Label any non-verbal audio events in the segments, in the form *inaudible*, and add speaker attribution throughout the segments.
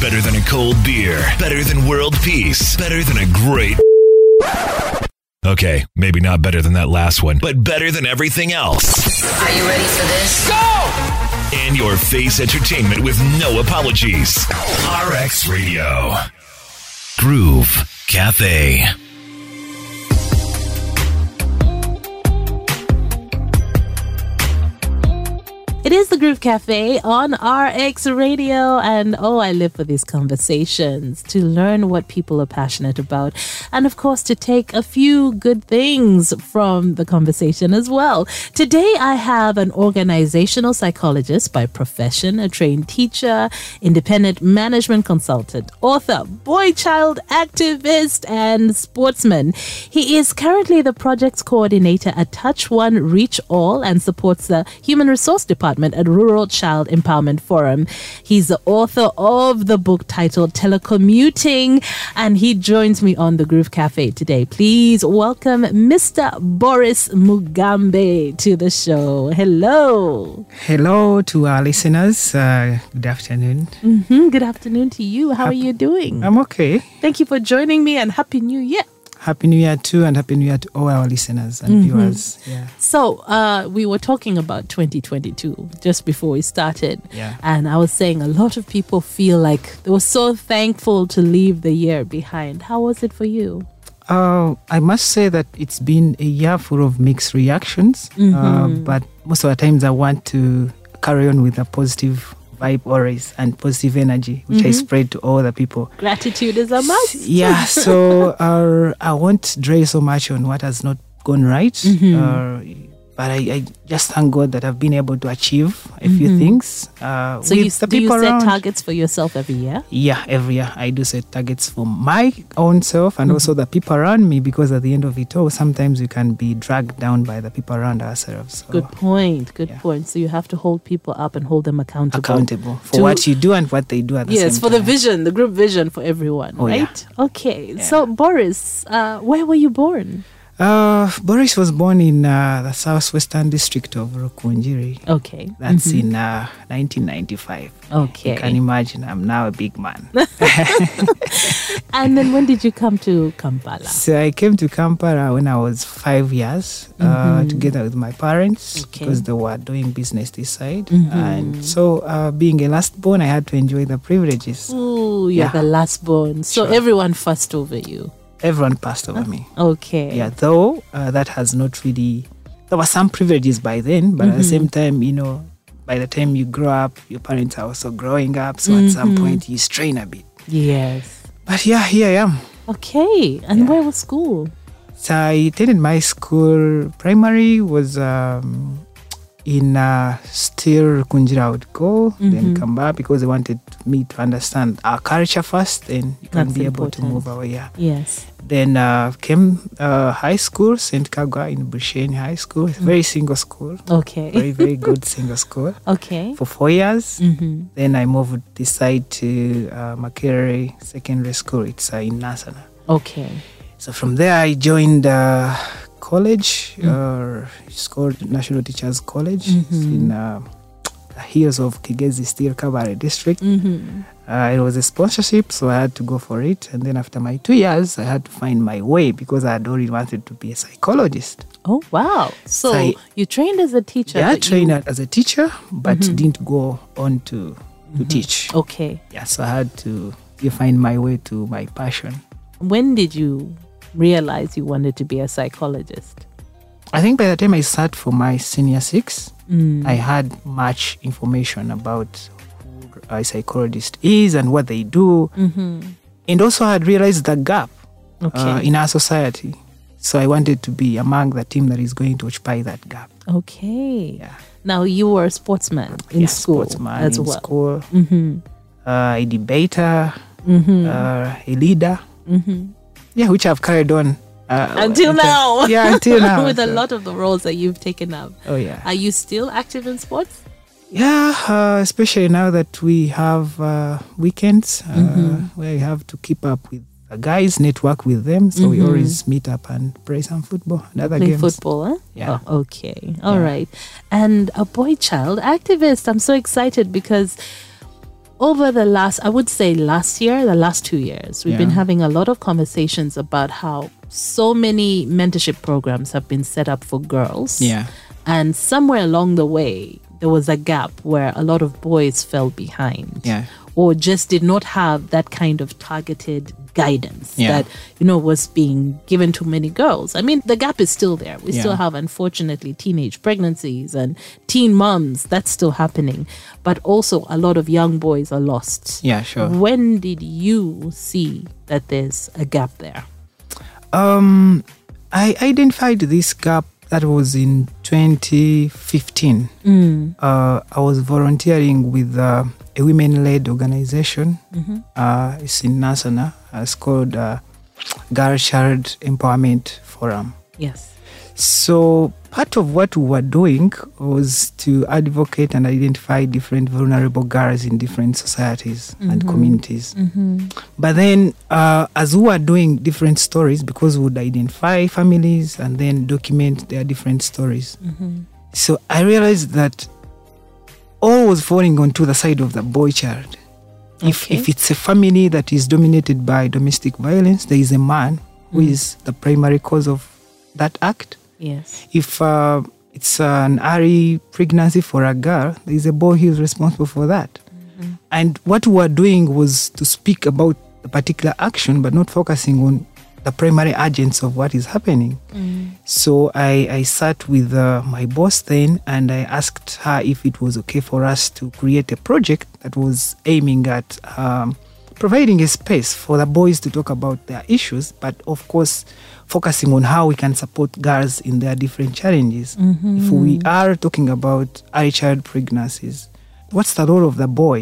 Speaker 1: Better than a cold beer. Better than world peace. Better than a great. Okay, maybe not better than that last one, but better than everything else.
Speaker 2: Are you ready for this?
Speaker 1: And your face entertainment with no apologies. RX Radio. Groove Cafe.
Speaker 3: It is the Groove Cafe on RX Radio, and oh, I live for these conversations to learn what people are passionate about, and of course, to take a few good things from the conversation as well. Today, I have an organizational psychologist by profession, a trained teacher, independent management consultant, author, boy child activist, and sportsman. He is currently the projects coordinator at Touch One Reach All and supports the Human Resource Department at Rural Child Empowerment Forum. He's the author of the book titled Telecommuting, and he joins me on the Groove Cafe today. Please welcome Mr. Boris Mugambe to the show. Hello.
Speaker 4: Hello to our listeners. Uh, good afternoon.
Speaker 3: Mhm, Good afternoon to you. How are you doing?
Speaker 4: I'm okay.
Speaker 3: Thank you for joining me, and Happy New Year.
Speaker 4: Happy New Year too, and Happy New Year to all our listeners and viewers. Yeah.
Speaker 3: So uh, we were talking about 2022 just before we started,
Speaker 4: Yeah.
Speaker 3: and I was saying a lot of people feel like they were so thankful to leave the year behind. How was it for you?
Speaker 4: Uh, I must say that it's been a year full of mixed reactions, uh, but most of the times I want to carry on with a positive vibe always and positive energy, which I spread to all the people.
Speaker 3: Gratitude is a must. *laughs*
Speaker 4: yeah so uh, i won't dwell so much on what has not gone right
Speaker 3: Mm-hmm.
Speaker 4: uh, but I, I just thank god that i've been able to achieve a few things uh,
Speaker 3: Mm-hmm. So you,
Speaker 4: with the
Speaker 3: do you
Speaker 4: people
Speaker 3: set
Speaker 4: around.
Speaker 3: targets for yourself every year?
Speaker 4: yeah every year i do set targets for my own self
Speaker 3: Mm-hmm.
Speaker 4: and also the people around me because at the end of it all sometimes we can be dragged down by the people around ourselves so
Speaker 3: Good point. Good
Speaker 4: Oh. Yeah.
Speaker 3: point. So you have to hold people up and hold them accountable.
Speaker 4: accountable for
Speaker 3: to-
Speaker 4: what you do and what they do at the
Speaker 3: Yes,
Speaker 4: same
Speaker 3: for the
Speaker 4: time.
Speaker 3: vision, the group vision for everyone,
Speaker 4: Oh, yeah.
Speaker 3: right? Okay. So Boris, uh, where were you born?
Speaker 4: uh, boris was born in uh, the southwestern district of rukunjiri
Speaker 3: Okay.
Speaker 4: That's in uh, 1995.
Speaker 3: Mm-hmm. Okay.
Speaker 4: You can imagine I'm now a big man. *laughs*
Speaker 3: And then when did you come to Kampala?
Speaker 4: so I came to Kampala when I was five years, uh, together with my parents
Speaker 3: Mm-hmm. Okay. Mm-hmm.
Speaker 4: because they were doing business this side. And so, uh, being a last born, I had to enjoy the privileges.
Speaker 3: Ooh, you're
Speaker 4: Yeah.
Speaker 3: the last born. So
Speaker 4: Sure.
Speaker 3: everyone fussed over you.
Speaker 4: Everyone passed over me.
Speaker 3: Okay.
Speaker 4: Yeah, though uh, that has not really. There were some privileges by then, but at the
Speaker 3: Mm-hmm.
Speaker 4: same time, you know, by the time you grow up, your parents are also growing up. So
Speaker 3: Mm-hmm.
Speaker 4: at some point, you strain a bit.
Speaker 3: Yes.
Speaker 4: But yeah, here I am.
Speaker 3: Okay. And where was school?
Speaker 4: So I attended my school primary was um, in uh, still Kunjira I would go,
Speaker 3: Mm-hmm.
Speaker 4: then come back because they wanted me to understand our culture first, then you can
Speaker 3: That's
Speaker 4: be able to
Speaker 3: important.
Speaker 4: move away. Yeah.
Speaker 3: Yes.
Speaker 4: Then uh, came uh, high school, St. Kagwa in Bushenyi High School, very
Speaker 3: Mm.
Speaker 4: single school,
Speaker 3: Okay.
Speaker 4: very, very good single school
Speaker 3: *laughs* Okay. Mm-hmm.
Speaker 4: for four years.
Speaker 3: Mm.
Speaker 4: Then I moved this side to uh, Makerere Secondary School, it's uh, in Nasana.
Speaker 3: Okay.
Speaker 4: So from there, I joined uh, college,
Speaker 3: Mm.
Speaker 4: uh, it's called National Teachers College It's
Speaker 3: Mm-hmm.
Speaker 4: in uh, the hills of Kigezi Steel Kabare District.
Speaker 3: Mm-hmm.
Speaker 4: Uh, it was a sponsorship, so I had to go for it. And then after my two years, I had to find my way because I had already wanted to be a psychologist.
Speaker 3: Oh wow. So
Speaker 4: I-
Speaker 3: you trained as a teacher.
Speaker 4: Yeah, I
Speaker 3: but you- Mm-hmm.
Speaker 4: trained as a teacher, but didn't go on to, to teach.
Speaker 3: Okay.
Speaker 4: Yeah, so I had to find my way to my passion.
Speaker 3: When did you realize you wanted to be a psychologist?
Speaker 4: I think by the time I sat for my senior six,
Speaker 3: Mm.
Speaker 4: I had much information about who a psychologist is and what they do. And also, I had realized the gap uh,
Speaker 3: Mm-hmm. Okay.
Speaker 4: in our society. So I wanted to be among the team that is going to occupy that gap.
Speaker 3: okay.
Speaker 4: Yeah.
Speaker 3: Now you were a sportsman in
Speaker 4: Yeah,
Speaker 3: school
Speaker 4: sportsman
Speaker 3: as
Speaker 4: in
Speaker 3: well. Mm-hmm.
Speaker 4: school, uh, a debater, uh, a leader. Yeah, which I've carried on. Uh,
Speaker 3: Mm-hmm. Until now. *laughs*
Speaker 4: Yeah, until now.
Speaker 3: With a
Speaker 4: So-
Speaker 3: lot of the roles that you've taken up.
Speaker 4: Oh, yeah.
Speaker 3: Are you still active in sports?
Speaker 4: Yeah, uh, especially now that we have uh, weekends uh,
Speaker 3: Mm-hmm.
Speaker 4: where you have to keep up with the guys, network with them. So we always meet up and play some football and other
Speaker 3: Mm-hmm. Play
Speaker 4: games.
Speaker 3: football, huh?
Speaker 4: Yeah.
Speaker 3: Oh, okay. all right. And a boy child activist. I'm so excited because over the last, I would say last year, the last two years, we've been
Speaker 4: Yeah.
Speaker 3: having a lot of conversations about how so many mentorship programs have been set up for girls.
Speaker 4: Yeah.
Speaker 3: And somewhere along the way, there was a gap where a lot of boys fell behind
Speaker 4: Yeah.
Speaker 3: or just did not have that kind of targeted guidance
Speaker 4: Yeah.
Speaker 3: that you know was being given to many girls i mean the gap is still there we still
Speaker 4: Yeah.
Speaker 3: have unfortunately teenage pregnancies and teen moms that's still happening but also a lot of young boys are lost
Speaker 4: Yeah, sure.
Speaker 3: when did you see that there's a gap there
Speaker 4: Um, I identified this gap that was in 2015.
Speaker 3: Mm.
Speaker 4: Uh, I was volunteering with uh, a women led organization.
Speaker 3: Mm-hmm.
Speaker 4: Uh, it's in Nasana. It's called uh, Girl Child Empowerment Forum.
Speaker 3: yes
Speaker 4: So, part of what we were doing was to advocate and identify different vulnerable girls in different societies and communities. But then, uh, as we were doing different stories, because we would identify families and then document their different stories. So, I realized that all was falling onto the side of the boy child. If,
Speaker 3: Okay.
Speaker 4: if it's a family that is dominated by domestic violence, there is a man who is the primary cause of that act
Speaker 3: yes
Speaker 4: if uh, it's an early pregnancy for a girl, there is a boy who is responsible for that. And what we were doing was to speak about the particular action, but not focusing on the primary agents of what is happening. So I, I sat with uh, my boss then and I asked her if it was okay for us to create a project that was aiming at um, providing a space for the boys to talk about their issues, but of course, focusing on how we can support girls in their different challenges. If we are talking about early child pregnancies, what's the role of the boy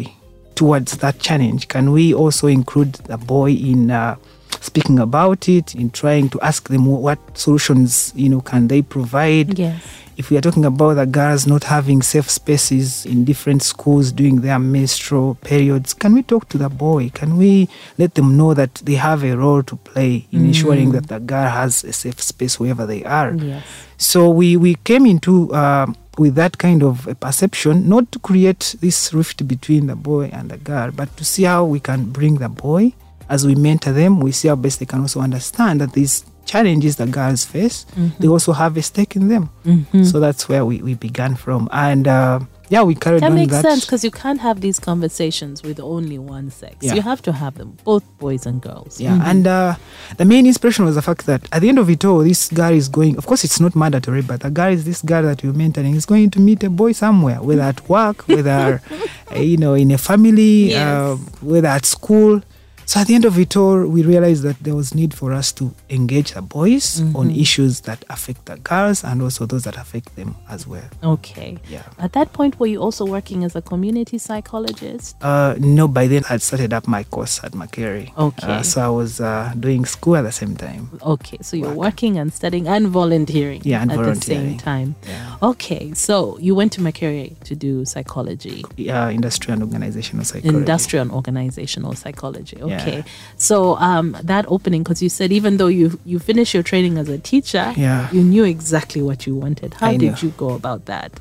Speaker 4: towards that challenge? Can we also include the boy in uh, speaking about it, in trying to ask them wh- what solutions you know can they provide?
Speaker 3: yes
Speaker 4: if we are talking about the girls not having safe spaces in different schools during their menstrual periods, can we talk to the boy? Can we let them know that they have a role to play
Speaker 3: Mm.
Speaker 4: in ensuring that the girl has a safe space wherever they are?
Speaker 3: yes
Speaker 4: So we, we came into uh, with that kind of a perception, not to create this rift between the boy and the girl, but to see how we can bring the boy as we mentor them. We see how best they can also understand that these challenges the girls face,
Speaker 3: Mm-hmm.
Speaker 4: they also have a stake in them. So that's where we, we began from, and uh, yeah, we carried
Speaker 3: That
Speaker 4: on
Speaker 3: makes
Speaker 4: that.
Speaker 3: sense because you can't have these conversations with only one sex.
Speaker 4: Yeah.
Speaker 3: You have to have them, both boys and girls.
Speaker 4: Yeah, and uh, the main inspiration was the fact that at the end of it all, this guy is going. Of course, it's not mandatory, but the guy is this guy that you're mentoring is going to meet a boy somewhere, whether at
Speaker 3: *laughs*
Speaker 4: work, whether uh, you know in a family, uh,
Speaker 3: Yes.
Speaker 4: whether at school. So at the end of it all, we realized that there was need for us to engage the boys
Speaker 3: Mm-hmm.
Speaker 4: on issues that affect the girls and also those that affect them as well.
Speaker 3: Okay.
Speaker 4: Yeah.
Speaker 3: At that point, were you also working as a community psychologist?
Speaker 4: Uh, no, by then I'd started up my course at Macquarie.
Speaker 3: Okay.
Speaker 4: Uh, so I was uh, doing school at the same time.
Speaker 3: Okay, so you're working and studying and volunteering
Speaker 4: Yeah, and
Speaker 3: at the same
Speaker 4: volunteering.
Speaker 3: time. Okay, so you went to Macquarie to do psychology,
Speaker 4: uh, industry and organizational psychology.
Speaker 3: industrial and organizational psychology.
Speaker 4: Yeah.
Speaker 3: Okay, so um, that opening, because you said even though you you finished your training as a teacher,
Speaker 4: Yeah.
Speaker 3: you knew exactly what you wanted. How
Speaker 4: I
Speaker 3: did
Speaker 4: know.
Speaker 3: you go about that?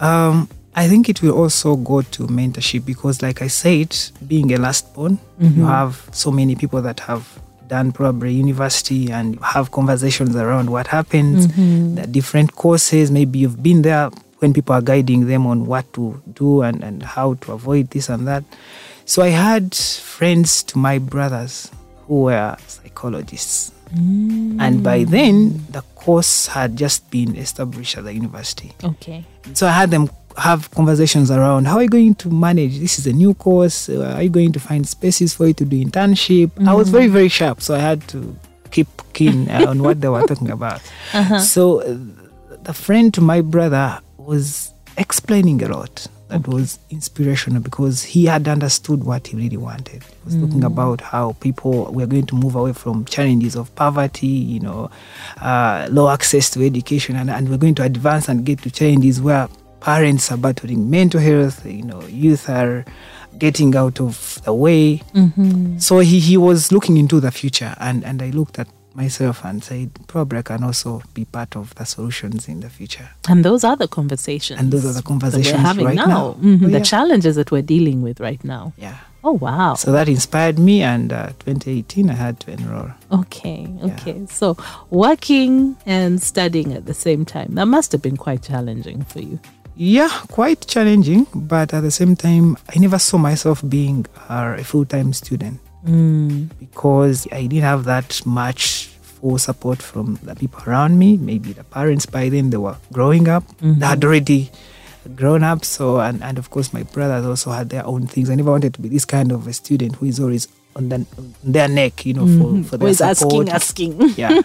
Speaker 4: Um, I think it will also go to mentorship because, like I said, being a last born, you have so many people that have done probably university and you have conversations around what happens, the different courses. Maybe you've been there when people are guiding them on what to do and, and how to avoid this and that. So I had friends to my brothers who were psychologists. And by then, the course had just been established at the university.
Speaker 3: Okay.
Speaker 4: So I had them have conversations around how are you going to manage? This is a new course. Uh, Are you going to find spaces for you to do internship? I was very, very sharp. So I had to keep keen uh, on what they were talking about. So uh, the friend to my brother was explaining a lot. That was inspirational because he had understood what he really wanted. He was talking about how people were going to move away from challenges of poverty, you know, uh, low access to education, and, and we're going to advance and get to challenges where parents are battling mental health, you know, youth are getting out of the way. So he, he was looking into the future, and, and I looked at myself and said, probably I can also be part of the solutions in the future.
Speaker 3: And those are the conversations.
Speaker 4: And those are the conversations
Speaker 3: that we're having
Speaker 4: right
Speaker 3: now.
Speaker 4: now.
Speaker 3: Mhm,
Speaker 4: Oh,
Speaker 3: The
Speaker 4: yeah.
Speaker 3: challenges that we're dealing with right now.
Speaker 4: Yeah.
Speaker 3: Oh, wow.
Speaker 4: So that inspired me, and uh, 2018 I had to enroll.
Speaker 3: Okay, okay. So working and studying at the same time. That must have been quite challenging for you.
Speaker 4: Yeah, quite challenging, but at the same time, I never saw myself being uh, a full time student because I didn't have that much full support from the people around me. Maybe the parents by then they were growing up, they had already grown up. So, and, and of course, my brothers also had their own things. I never wanted to be this kind of a student who is always on, the, on their neck, you know, for, for their
Speaker 3: Always
Speaker 4: support
Speaker 3: asking, asking.
Speaker 4: yeah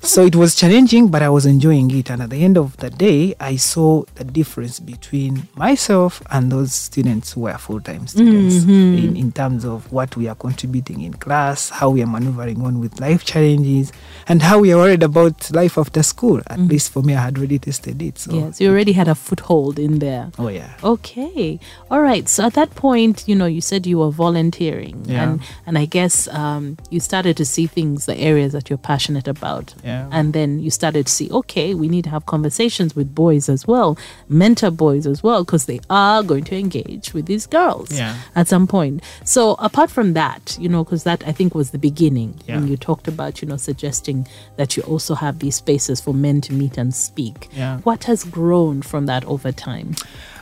Speaker 4: so it was challenging but i was enjoying it and at the end of the day i saw the difference between myself and those students who were full-time students in, in terms of what we are contributing in class how we are maneuvering on with life challenges and how we are worried about life after school at least for me i had already tested it so
Speaker 3: Yes, you already had a foothold in there.
Speaker 4: oh yeah
Speaker 3: Okay. All right. So at that point, you know, you said you were volunteering,
Speaker 4: Yeah.
Speaker 3: and and I guess um, you started to see things, the areas that you're passionate about,
Speaker 4: Yeah.
Speaker 3: and then you started to see, okay, we need to have conversations with boys as well, mentor boys as well, because they are going to engage with these girls
Speaker 4: Yeah.
Speaker 3: at some point. So apart from that, you know, because that I think was the beginning
Speaker 4: Yeah.
Speaker 3: when you talked about, you know, suggesting that you also have these spaces for men to meet and speak.
Speaker 4: Yeah.
Speaker 3: What has grown from that over time?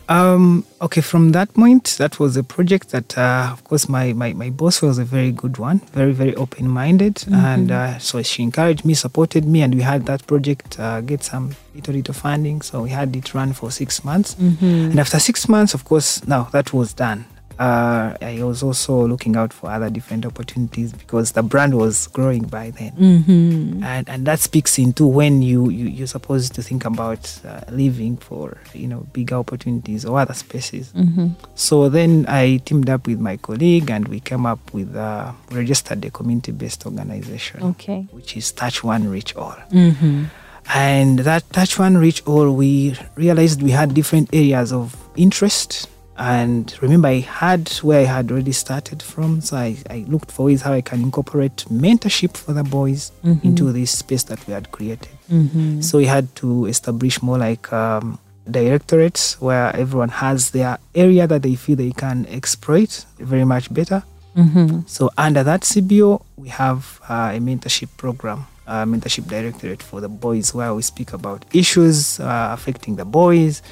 Speaker 4: Um, okay, from that point, that was a project that, uh, of course, my, my, my boss was a very good one, very, very open minded. And uh, so she encouraged me, supported me, and we had that project uh, get some little, little funding. So we had it run for six months. And after six months, of course, now that was done. Uh, I was also looking out for other different opportunities because the brand was growing by then and and that speaks into when you, you you're supposed to think about uh, living for you know bigger opportunities or other spaces so then i teamed up with my colleague and we came up with uh, registered a community-based organization
Speaker 3: Okay.
Speaker 4: which is touch one reach all and that touch one reach all we realized we had different areas of interest and remember i had where i had already started from so i, I looked for ways how i can incorporate mentorship for the boys into this space that we had created so we had to establish more like um, directorates where everyone has their area that they feel they can exploit very much better so under that CBO, we have uh, a mentorship program, a mentorship directorate for the boys, where we speak about issues uh, affecting the boys,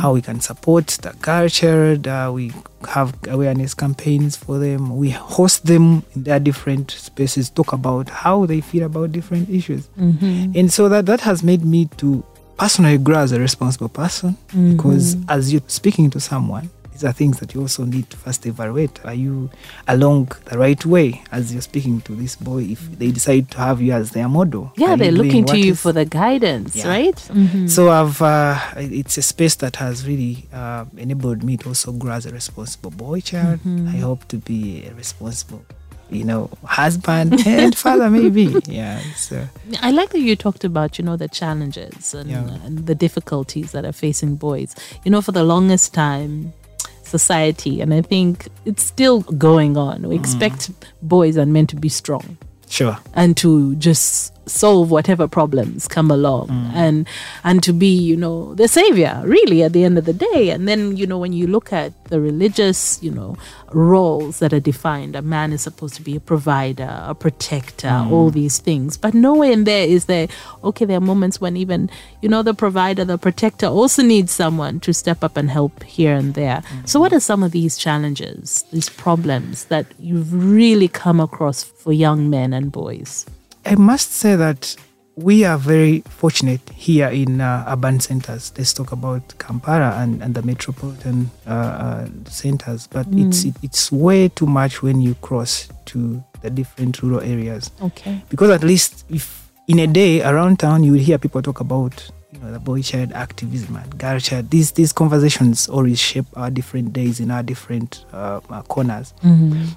Speaker 4: how we can support the culture. Uh, we have awareness campaigns for them. We host them in their different spaces, talk about how they feel about different issues, and so that that has made me to personally grow as a responsible person because as you're speaking to someone these are things that you also need to first evaluate. Are you along the right way as you're speaking to this boy? If they decide to have you as their model,
Speaker 3: Yeah,
Speaker 4: Are
Speaker 3: they're
Speaker 4: you doing
Speaker 3: looking to
Speaker 4: what
Speaker 3: you
Speaker 4: is-
Speaker 3: for mm-hmm. the guidance,
Speaker 4: Yeah.
Speaker 3: right?
Speaker 4: So I've uh, it's a space that has really uh, enabled me to also grow as a responsible boy child.
Speaker 3: Mm-hmm.
Speaker 4: I hope to be a responsible, you know, husband *laughs* and father maybe. Yeah. So
Speaker 3: I like that you talked about, you know, the challenges and,
Speaker 4: Yeah.
Speaker 3: and the difficulties that are facing boys. You know, for the longest time, society, and I think it's still going on,
Speaker 4: Mm.
Speaker 3: we expect boys and men to be strong.
Speaker 4: sure.
Speaker 3: and to just solve whatever problems come along and and to be you know the savior really at the end of the day and then you know when you look at the religious you know roles that are defined a man is supposed to be a provider a protector all these things but nowhere in there is there okay there are moments when even you know the provider the protector also needs someone to step up and help here and there so what are some of these challenges these problems that you've really come across for young men and boys
Speaker 4: I must say that we are very fortunate here in uh, urban centers. Let's talk about Kampala and, and the metropolitan uh, uh, centers, but it's it, it's way too much when you cross to the different rural areas.
Speaker 3: okay
Speaker 4: Because at least if in a day around town you will hear people talk about you know the boy child activism and girl child. These these conversations always shape our different days in our different uh, uh, corners.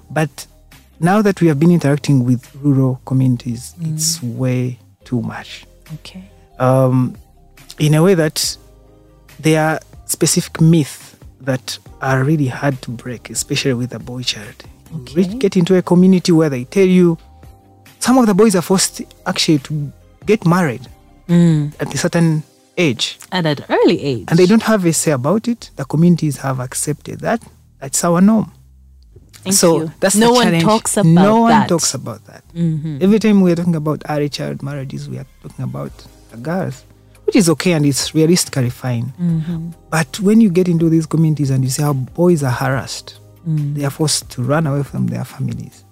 Speaker 4: But now that we have been interacting with rural communities, it's way too much.
Speaker 3: okay
Speaker 4: Um, in a way that there are specific myths that are really hard to break, especially with a boy child. You reach- get into a community where they tell you Some of the boys are forced actually to get married at a certain age,
Speaker 3: at an early age.
Speaker 4: and they don't have a say about it. The communities have accepted that. That's our norm.
Speaker 3: Thank
Speaker 4: so
Speaker 3: you.
Speaker 4: that's
Speaker 3: no
Speaker 4: the
Speaker 3: one
Speaker 4: challenge.
Speaker 3: talks about
Speaker 4: no one
Speaker 3: that. Mm-hmm.
Speaker 4: talks about that. Every time we are talking about early child marriages, we are talking about the girls, which is okay and it's realistically fine.
Speaker 3: Mm-hmm.
Speaker 4: But when you get into these communities and you see how boys are harassed,
Speaker 3: Mm.
Speaker 4: they are forced to run away from their families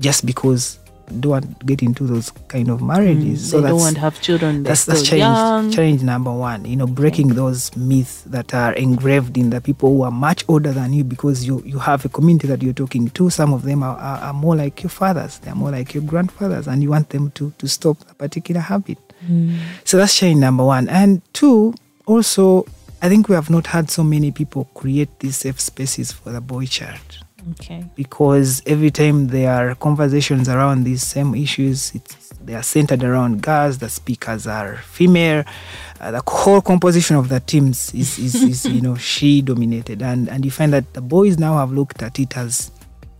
Speaker 4: just because they don't want to get into those kind of marriages.
Speaker 3: Mm. They
Speaker 4: so
Speaker 3: don't
Speaker 4: that's,
Speaker 3: want to have children. They're
Speaker 4: that's, that's
Speaker 3: still
Speaker 4: challenge,
Speaker 3: young.
Speaker 4: challenge number one. You know, breaking those myths that are engraved in the people who are much older than you because you, you have a community that you're talking to. Some of them are, are, are more like your fathers, they're more like your grandfathers, and you want them to, to stop a particular habit.
Speaker 3: Hmm.
Speaker 4: So that's challenge number one. And two, also, I think we have not had so many people create these safe spaces for the boy child
Speaker 3: Okay.
Speaker 4: because every time there are conversations around these same issues, it's, they are centered around girls. The speakers are female. Uh, the whole composition of the teams is, is, is you know she dominated, and and you find that the boys now have looked at it as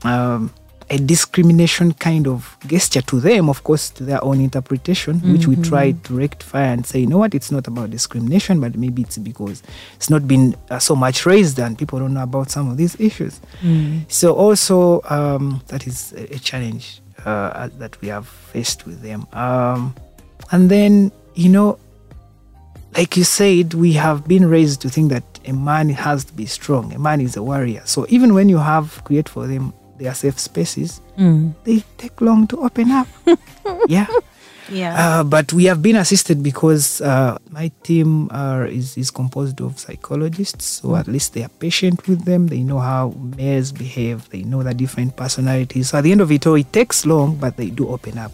Speaker 4: um, a discrimination kind of gesture to them, of course, to their own interpretation, which we try to rectify and say, you know what, it's not about discrimination, but maybe it's because it's not been uh, so much raised and people don't know about some of these issues. So, also, um, that is a, a challenge uh, that we have faced with them. Um, and then, you know, like you said, we have been raised to think that a man has to be strong, a man is a warrior. So even when you have create for them their safe spaces, they take long to open up. *laughs* yeah.
Speaker 3: Yeah.
Speaker 4: Uh, but we have been assisted because uh, my team are, is, is composed of psychologists, so at least they are patient with them. They know how males behave, they know the different personalities. So at the end of it all, it takes long, but they do open up,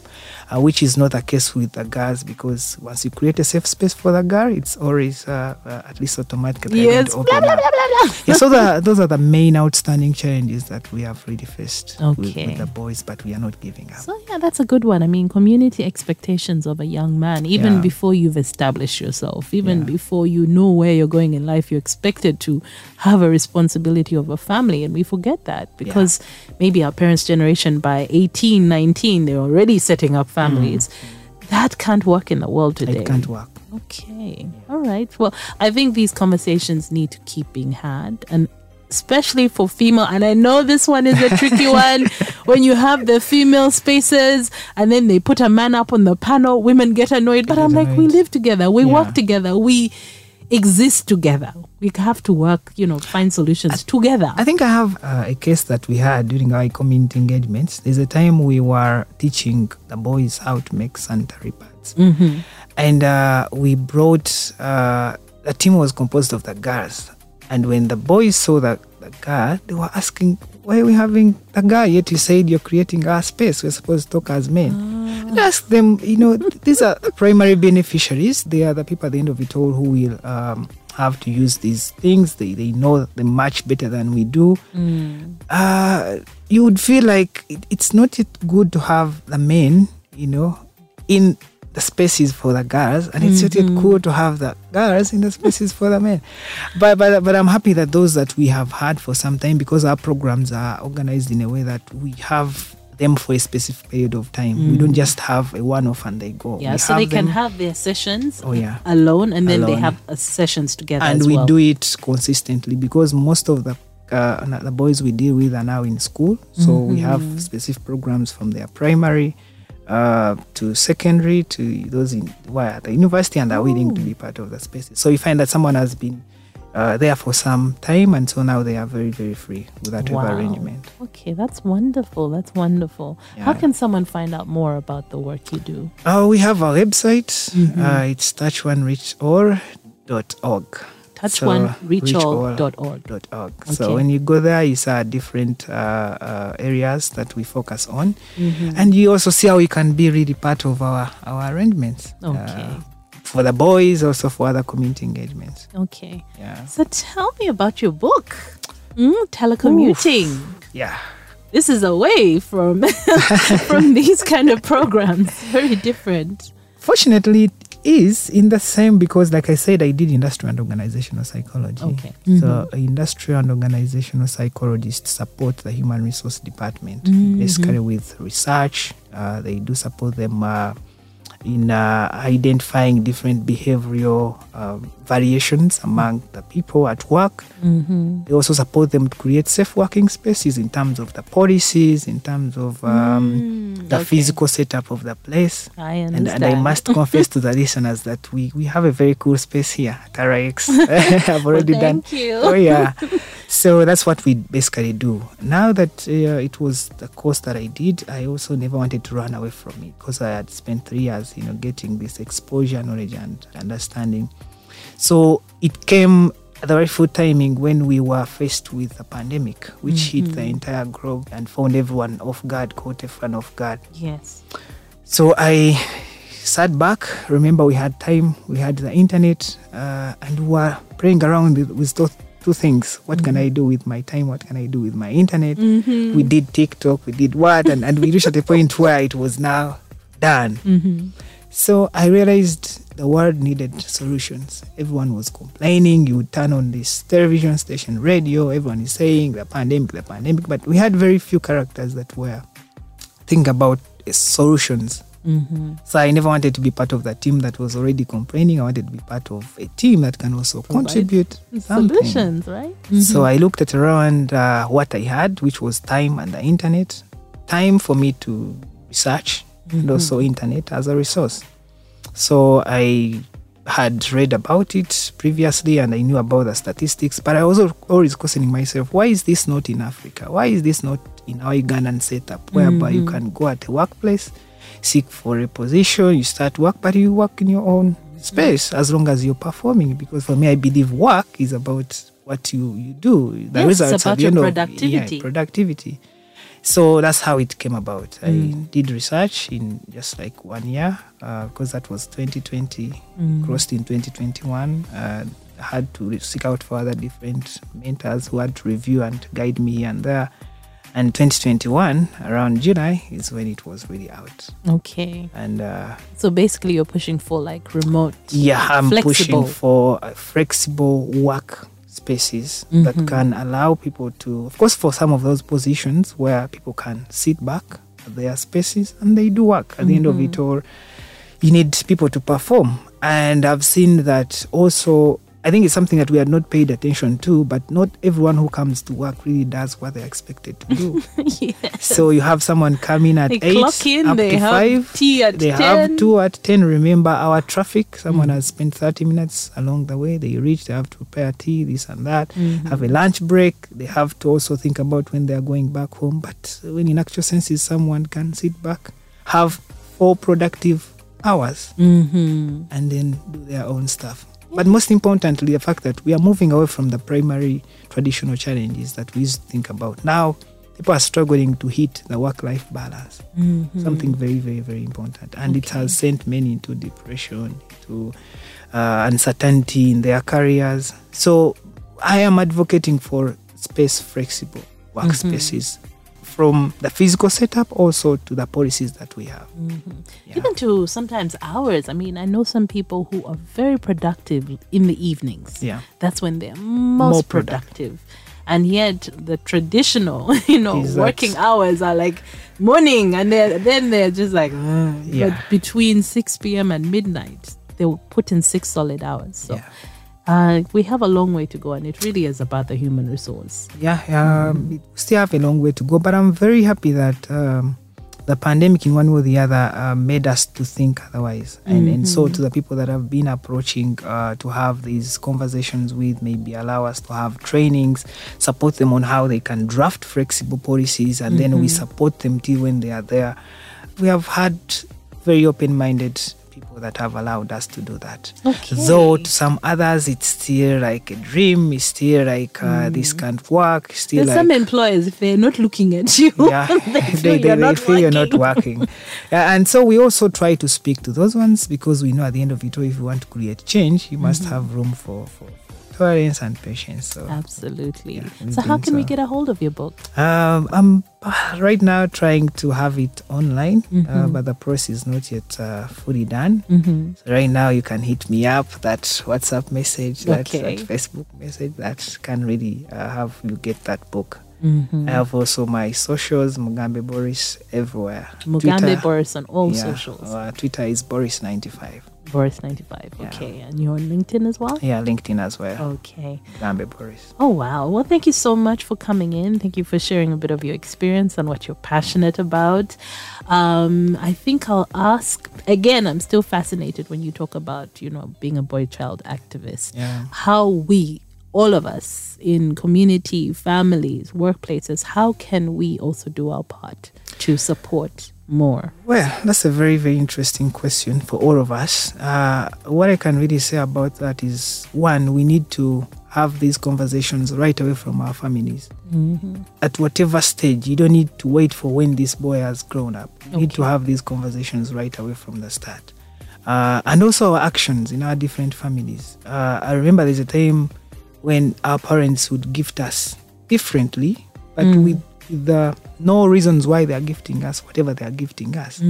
Speaker 4: uh, which is not the case with the girls because once you create a safe space for the girl, it's always uh, uh, at least automatic. that they're going
Speaker 3: yes.
Speaker 4: to
Speaker 3: Blah
Speaker 4: open
Speaker 3: blah blah
Speaker 4: up.
Speaker 3: blah blah.
Speaker 4: Yeah, so the, those are the main outstanding challenges that we have really faced with-
Speaker 3: Okay.
Speaker 4: with the boys, but we are not giving up.
Speaker 3: So yeah, that's a good one. I mean, community expectations of a young man, even
Speaker 4: Yeah.
Speaker 3: before you've established yourself, even before you know where you're going in life, you're expected to have a responsibility of a family, and we forget that because maybe our parents' generation by 18, 19, they're already setting up families. That can't work in the world today.
Speaker 4: Mm. It can't work.
Speaker 3: Okay. All right. Well, I think these conversations need to keep being had and especially for female and I know this one is a
Speaker 4: *laughs*
Speaker 3: tricky one when you have the female spaces and then they put a man up on the panel, women get annoyed, but I'm like we
Speaker 4: annoyed.
Speaker 3: live together, we
Speaker 4: Yeah.
Speaker 3: work together, we exist together. We have to work, you know, find solutions together.
Speaker 4: I think I have uh, a case that we had during our community engagements. There's a time we were teaching the boys how to make sanitary pads. And uh, we brought, uh, the team was composed of the girls. And when the boys saw the, the girl, they were asking, why are we having the guy? Yet you said you're creating our space. We're supposed to talk as men. And I asked them, you know, th- these are the primary beneficiaries. They are the people at the end of it all who will um, have to use these things. They, they know them much better than we do. Uh, you would feel like it, it's not yet good to have the men, you know, in the spaces for the girls, and it's not
Speaker 3: Mm-hmm.
Speaker 4: yet cool to have the girls
Speaker 3: *laughs*
Speaker 4: in the spaces for the men. But, but but I'm happy that those that we have had for some time, because our programs are organized in a way that we have them for a specific period of time. We don't just have a one-off and they go.
Speaker 3: Mm. yeah,
Speaker 4: We
Speaker 3: so they
Speaker 4: them-
Speaker 3: can have their sessions
Speaker 4: Oh, yeah.
Speaker 3: alone and then they
Speaker 4: Alone.
Speaker 3: have uh, sessions together
Speaker 4: and
Speaker 3: as
Speaker 4: we
Speaker 3: well.
Speaker 4: do it consistently because most of the uh, na- the boys we deal with are now in school so we
Speaker 3: Mm-hmm.
Speaker 4: have specific programs from their primary uh, to secondary to those in who are at the university and are willing to be
Speaker 3: Oh.
Speaker 4: part of the spaces so you find that someone has been uh, there for some time and so now they are very very free with that type of arrangement
Speaker 3: Okay, that's wonderful. That's wonderful. How
Speaker 4: Yeah.
Speaker 3: can someone find out more about the work you do?
Speaker 4: uh, we have our website
Speaker 3: Mm-hmm.
Speaker 4: uh, it's touchonereachall.org
Speaker 3: touchonereachall.org.
Speaker 4: dot org. So
Speaker 3: Okay.
Speaker 4: when you go there, you see our different uh, uh, areas that we focus on,
Speaker 3: Mm-hmm.
Speaker 4: and you also see how you can be really part of our our arrangements. uh,
Speaker 3: Okay.
Speaker 4: for the boys, also for other community engagements.
Speaker 3: Okay.
Speaker 4: Yeah.
Speaker 3: So tell me about your book, mm, Telecommuting.
Speaker 4: Yeah.
Speaker 3: This is away *laughs*
Speaker 4: *laughs*
Speaker 3: from from these kind of programs. Very different.
Speaker 4: Fortunately, is in the same because, like I said, I did industrial and organizational psychology.
Speaker 3: Okay.
Speaker 4: So, industrial and organizational psychologists support the human resource department basically with research. Uh, they do support them uh, in uh, identifying different behavioral uh, variations among the people at work. They also support them to create safe working spaces in terms of the policies, in terms of um, the physical setup of the place.
Speaker 3: I
Speaker 4: And, and I
Speaker 3: understand.
Speaker 4: must confess to
Speaker 3: *laughs*
Speaker 4: the listeners that we, we have a very cool space here at
Speaker 3: *laughs*
Speaker 4: RX. *laughs* I've already done.
Speaker 3: thank you.
Speaker 4: Oh, yeah. so that's what we basically do. Now that uh, it was the course that I did, I also never wanted to run away from it because I had spent three years, you know, getting this exposure, knowledge, and understanding. So it came at the rightful timing when we were faced with the pandemic, which hit
Speaker 3: Mm-hmm.
Speaker 4: the entire globe and found everyone off guard, caught everyone off guard.
Speaker 3: Yes.
Speaker 4: So I sat back. Remember, we had time, we had the internet, uh, and we were playing around with, with those two things. What can I do with my time? What can I do with my internet? We did TikTok, we did what? And, and we reached at a point where it was now done. So I realized the world needed solutions. Everyone was complaining. You would turn on this television station, radio, everyone is saying the pandemic, the pandemic. But we had very few characters that were think about uh, solutions. So I never wanted to be part of the team that was already complaining. I wanted to be part of a team that can also contribute something.
Speaker 3: Solutions, Mm-hmm. right?
Speaker 4: So I looked at around uh, what I had, which was time and the internet. Time for me to research
Speaker 3: Mm-hmm.
Speaker 4: and also internet as a resource. So I had read about it previously and I knew about the statistics, but I was al- always questioning myself, why is this not in Africa? Why is this not in our Ugandan setup whereby
Speaker 3: Mm-hmm.
Speaker 4: you can go at a workplace, seek for a position, you start work, but you work in your own space as long as you're performing. Because for me I believe work is about what you, you do. The
Speaker 3: Yes, it's
Speaker 4: results at
Speaker 3: about
Speaker 4: the
Speaker 3: your
Speaker 4: end of- yeah,
Speaker 3: productivity.
Speaker 4: productivity. So that's how it came about. I did research in just like one year uh, because that was 2020, crossed in 2021. Uh, I had to re- seek out for other different mentors who had to review and guide me here and there. And 2021, around July, is when it was really out.
Speaker 3: Okay.
Speaker 4: And uh,
Speaker 3: So basically, you're pushing for like remote. *laughs*
Speaker 4: yeah, I'm
Speaker 3: Flexible.
Speaker 4: pushing for uh, flexible work spaces
Speaker 3: Mm-hmm.
Speaker 4: that can allow people to, of course, for some of those positions where people can sit back at their spaces and they do work. At the end of it
Speaker 3: Mm-hmm.
Speaker 4: all, you need people to perform. And I've seen that also. I think it's something that we had not paid attention to, but not everyone who comes to work really does what they're expected
Speaker 3: *laughs*
Speaker 4: to do. So you have someone come in at
Speaker 3: They
Speaker 4: eight,
Speaker 3: clock in,
Speaker 4: up
Speaker 3: they
Speaker 4: to
Speaker 3: have
Speaker 4: five.
Speaker 3: tea at
Speaker 4: they
Speaker 3: 10.
Speaker 4: have two at ten. Remember our traffic. Someone has spent thirty minutes along the way. They reach. They have to prepare tea, this and that. Have a lunch break. They have to also think about when they are going back home. But when in actual senses, someone can sit back, have four productive hours, and then do their own stuff. But most importantly, the fact that we are moving away from the primary traditional challenges that we used to think about. Now, people are struggling to hit the work life balance. Something very, very, very important. And it has sent many into depression, into uh, uncertainty in their careers. So I am advocating for space flexible workspaces.
Speaker 3: Mm-hmm.
Speaker 4: From the physical setup, also to the policies that we have.
Speaker 3: Mm-hmm. Even to sometimes hours. I mean, I know some people who are very productive in the evenings.
Speaker 4: Yeah.
Speaker 3: That's when they're most
Speaker 4: More
Speaker 3: productive. And yet, the traditional, *laughs* you know,
Speaker 4: Is that-
Speaker 3: working hours are like morning, and they're, then they're just like, "Ugh."
Speaker 4: Yeah.
Speaker 3: but between 6 p.m. and midnight, they will put in six solid hours. So,
Speaker 4: Yeah.
Speaker 3: uh, we have a long way to go, and it really is about the human resource.
Speaker 4: yeah, yeah we still have a long way to go, but I'm very happy that um, the pandemic, in one way or the other, uh, made us to think otherwise. And, and so, to the people that have been approaching uh, to have these conversations with, maybe allow us to have trainings, support them on how they can draft flexible policies, and then we support them till when they are there. We have had very open minded people that have allowed us to do that.
Speaker 3: Okay.
Speaker 4: Though Oh, to some others, it's still like a dream, it's still like uh, this can't work, it's still
Speaker 3: Mm-hmm. There's
Speaker 4: like
Speaker 3: *laughs* some employers, if they're not looking at you,
Speaker 4: yeah,
Speaker 3: *laughs*
Speaker 4: *laughs*
Speaker 3: they feel, you're, not
Speaker 4: feel you're not
Speaker 3: working.
Speaker 4: working.
Speaker 3: *laughs*
Speaker 4: Yeah, and so we also try to
Speaker 3: Mm-hmm.
Speaker 4: speak to those ones because we know at the end of it all, if you want to create change, you must have room for, for, for perseverance and patience. So
Speaker 3: Absolutely.
Speaker 4: we
Speaker 3: so, how
Speaker 4: think
Speaker 3: can we
Speaker 4: so.
Speaker 3: get a hold of your book?
Speaker 4: um, I'm *sighs* uh, right now trying to have it online, uh, but the process is not yet uh, fully done.
Speaker 3: Mm-hmm.
Speaker 4: So right now, you can hit me up that WhatsApp message, that,
Speaker 3: Okay.
Speaker 4: that Facebook message that can really uh, have you get that book.
Speaker 3: Mm-hmm.
Speaker 4: I have also my socials, Mugambe Boris, everywhere.
Speaker 3: Mugambe
Speaker 4: Twitter-
Speaker 3: Boris on all
Speaker 4: yeah,
Speaker 3: socials.
Speaker 4: Uh, Twitter is Boris95.
Speaker 3: Boris95.
Speaker 4: Yeah.
Speaker 3: Okay. And you're on LinkedIn as well?
Speaker 4: Yeah, LinkedIn as
Speaker 3: Oh.
Speaker 4: well.
Speaker 3: Okay.
Speaker 4: Mugambe Boris.
Speaker 3: Oh, wow. Well, thank you so much for coming in. Thank you for sharing a bit of your experience and what you're passionate about. Um, I think I'll ask again, I'm still fascinated when you talk about, you know, being a boy child activist,
Speaker 4: Yeah.
Speaker 3: how we, all of us in community, families, workplaces, how can we also do our part to support more?
Speaker 4: Well, that's a very, very interesting question for all of us. Uh, what I can really say about that is one, we need to have these conversations right away from our families. At whatever stage, you don't need to wait for when this boy has grown up. You need to have these conversations right away from the start. Uh, and also our actions in our different families. Uh, I remember there's a time when our parents would gift us differently, but with the no reasons why they are gifting us whatever they are gifting us.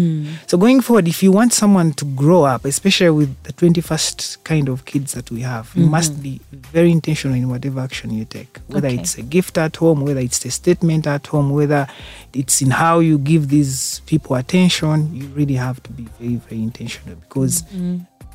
Speaker 4: So going forward, if you want someone to grow up, especially with the 21st kind of kids that we have, you must be very intentional in whatever action you take, whether
Speaker 3: Okay.
Speaker 4: it's a gift at home, whether it's a statement at home, whether it's in how you give these people attention. You really have to be very, very intentional because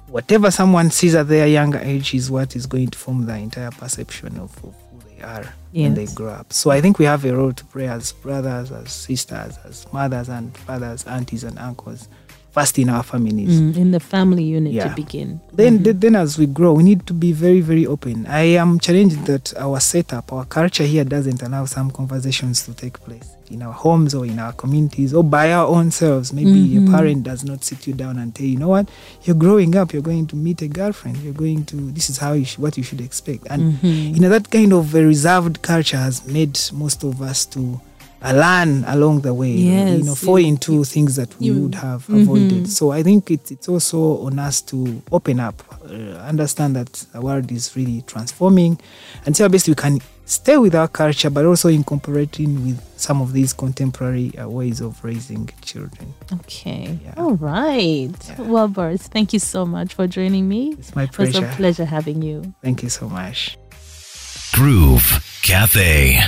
Speaker 4: whatever someone sees at their younger age is what is going to form their entire perception of, of who they are when they
Speaker 3: Yes.
Speaker 4: grow up. So I think we have a role to play as brothers, as sisters, as mothers and fathers, aunties and uncles, first in our families.
Speaker 3: Mm, in the family unit to
Speaker 4: Yeah.
Speaker 3: begin.
Speaker 4: Then, then as we grow, we need to be very, very open. I am challenged that our setup, our culture here doesn't allow some conversations to take place in our homes or in our communities or by our own selves. Maybe your parent does not sit you down and tell you, you know what, you're growing up, you're going to meet a girlfriend, you're going to, this is how you sh- what you should expect. And, you know, that kind of a reserved culture has made most of us to uh, learn along the way, you know,
Speaker 3: Yes,
Speaker 4: fall
Speaker 3: you-
Speaker 4: into things that we
Speaker 3: you- Mm-hmm.
Speaker 4: would have avoided. So I think it, it's also on us to open up, uh, understand that the world is really transforming, and so basically we can stay with our culture, but also incorporating with some of these contemporary uh, ways of raising children.
Speaker 3: Okay.
Speaker 4: Yeah.
Speaker 3: All right.
Speaker 4: Yeah.
Speaker 3: Well, Boris, thank you so much for joining me.
Speaker 4: It's my
Speaker 3: It was a
Speaker 4: pleasure.
Speaker 3: pleasure having you.
Speaker 4: Thank you so much.
Speaker 1: Groove Cafe.